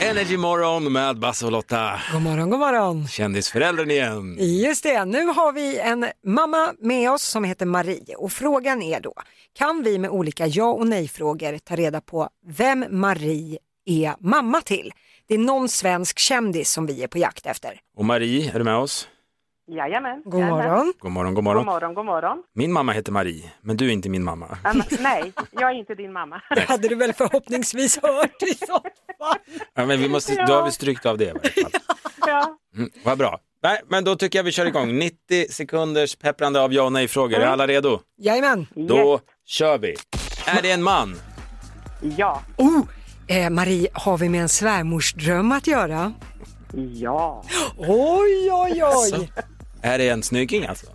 Energy morgon med Basse och Lotta. God morgon, god morgon. Kändisföräldern igen. Just det, nu har vi en mamma med oss som heter Marie och frågan är då, kan vi med olika ja och nej-frågor ta reda på vem Marie är mamma till? Det är någon svensk kändis som vi är på jakt efter. Och Marie, är du med oss? Jajamän. God jajamän. morgon. God morgon, god God morgon. morgon, god morgon. Min mamma heter Marie, men du är inte min mamma. Ja, men, nej, jag är inte din mamma. Det hade du väl förhoppningsvis hört i så fall. Ja, men vi måste, då har vi strykt av det i varje fall. Ja. Mm, vad bra. Nej, men då tycker jag vi kör igång. 90 sekunders pepprande av ja och nej-frågor. Är alla redo? Jajamän. Då kör vi. Är det en man? Ja. Oh, eh, Marie, har vi med en svärmorsdröm att göra? Ja. Oj, oj, Så. oj. Är det en snygging alltså?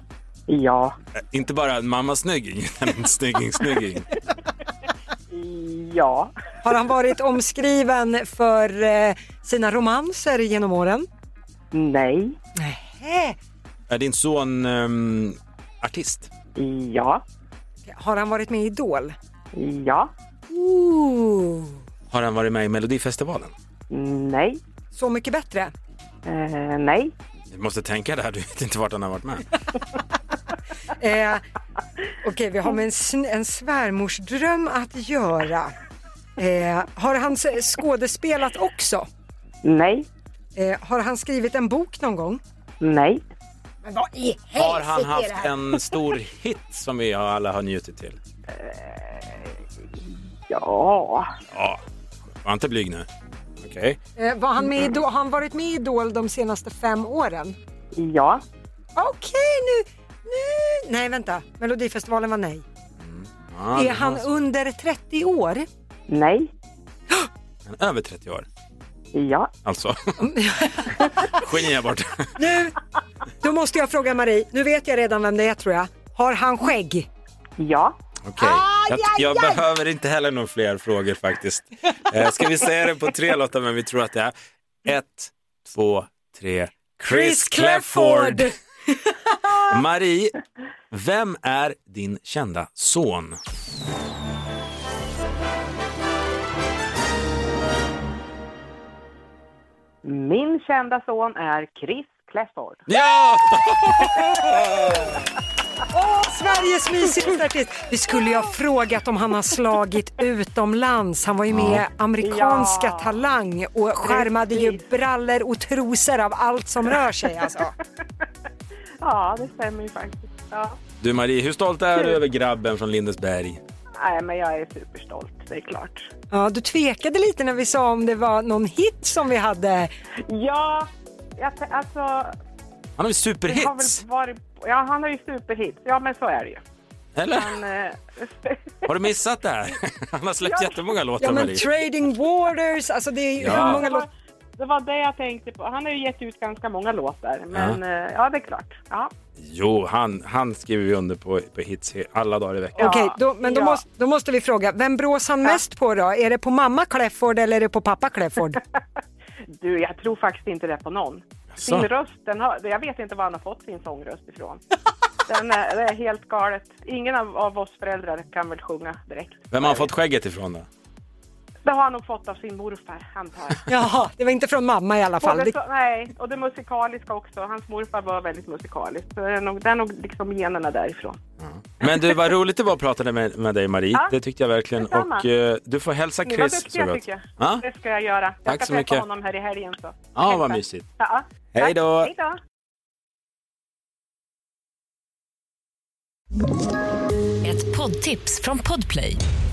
Ja. Äh, Inte bara en mamma snygging, utan en snygging snygging. Ja. Har han varit omskriven för eh, sina romanser genom åren? Nej. Nej. Är din son ehm, artist? Ja. Har han varit med i Idol? Ja. Ooh. Har han varit med i Melodifestivalen? Nej. Så mycket bättre. Eh, nej. Du måste tänka där, du vet inte vart han har varit med. Eh, Okej, vi har med en, sn- en svärmorsdröm att göra. Eh, har han s- skådespelat också? Nej. Eh, har han skrivit en bok någon gång? Nej. Har han haft en stor hit som vi alla har njutit till? Ja. Ja, var inte blyg nu. Okej. Eh, var han med i Idol? Har han varit med i Idol de senaste fem åren? Ja. Okej, nu, nu... Nej, vänta. Melodifestivalen var nej. Ja, det Är han var så. under 30 år? Nej. Han är över 30 år, Ja. alltså. Geni är borta. Nu, då måste jag fråga Marie. Nu vet jag redan vem det är tror jag. Har han skägg? Ja. Okej, jag, jag behöver inte heller några fler frågor faktiskt. Eh, ska vi säga det på tre Lotta, men vi tror att det är ett, två, tre. Chris Clefford! Marie, vem är din kända son? Min kända son är Chris Clefford. Ja! Sveriges mysigaste artist. Vi skulle ju ha frågat om han har slagit utomlands. Han var ju med i amerikanska Ja. talang och skärmade ju brallor och trosor av allt som rör sig alltså. Ja, det stämmer ju faktiskt. Ja. Du Marie, hur stolt är du över grabben från Lindesberg? Nej, men jag är superstolt, det är klart. Ja, du tvekade lite när vi sa om det var någon hit som vi hade. Ja, jag, t- alltså Han har ju Det har superhits, väl varit, ja, han har ju superhits. Ja, men så är det ju. eller? Men, eh, Har du missat det här? Han har släppt Ja. jättemånga låtar Ja men Marie. Trading Waters, alltså det är ju Ja. hur det, många var, låtar. det var det jag tänkte på. Han har ju gett ut ganska många låtar. Men ja, ja det är klart. Ja. Jo, han, han skriver ju under på, på hits he- alla dagar i veckan. Ja. Okej, då, men då, Ja. måste, då måste vi fråga, vem brås han mest på då? Är det på mamma Clefford eller är det på pappa Clefford? Du, jag tror faktiskt inte det på någon. Jaså? Sin röst, den har, jag vet inte var han har fått sin sångröst ifrån. Den är, det är helt galet. Ingen av, av oss föräldrar kan väl sjunga direkt. Vem har han fått skägget ifrån då? Det har han nog fått av sin morfar, antar jag. Jaha, det var inte från mamma i alla fall. Både Det, så, nej, och det musikaliska också. Hans morfar var väldigt musikalisk. Så det är nog, det är nog liksom generna därifrån. Men du, vad roligt det var att prata med, med dig Marie. Ja, Det tyckte jag verkligen. detsamma. Och eh, du får hälsa Ni var Chris duktiga gott. tycker jag. Ja, Det ska jag göra. Jag Tack ska så träffa mycket. honom här i helgen. Så. ja vad Hälsa. mysigt. Ja, ja. Hej då. Tack. Hej då! Ett poddtips från Podplay.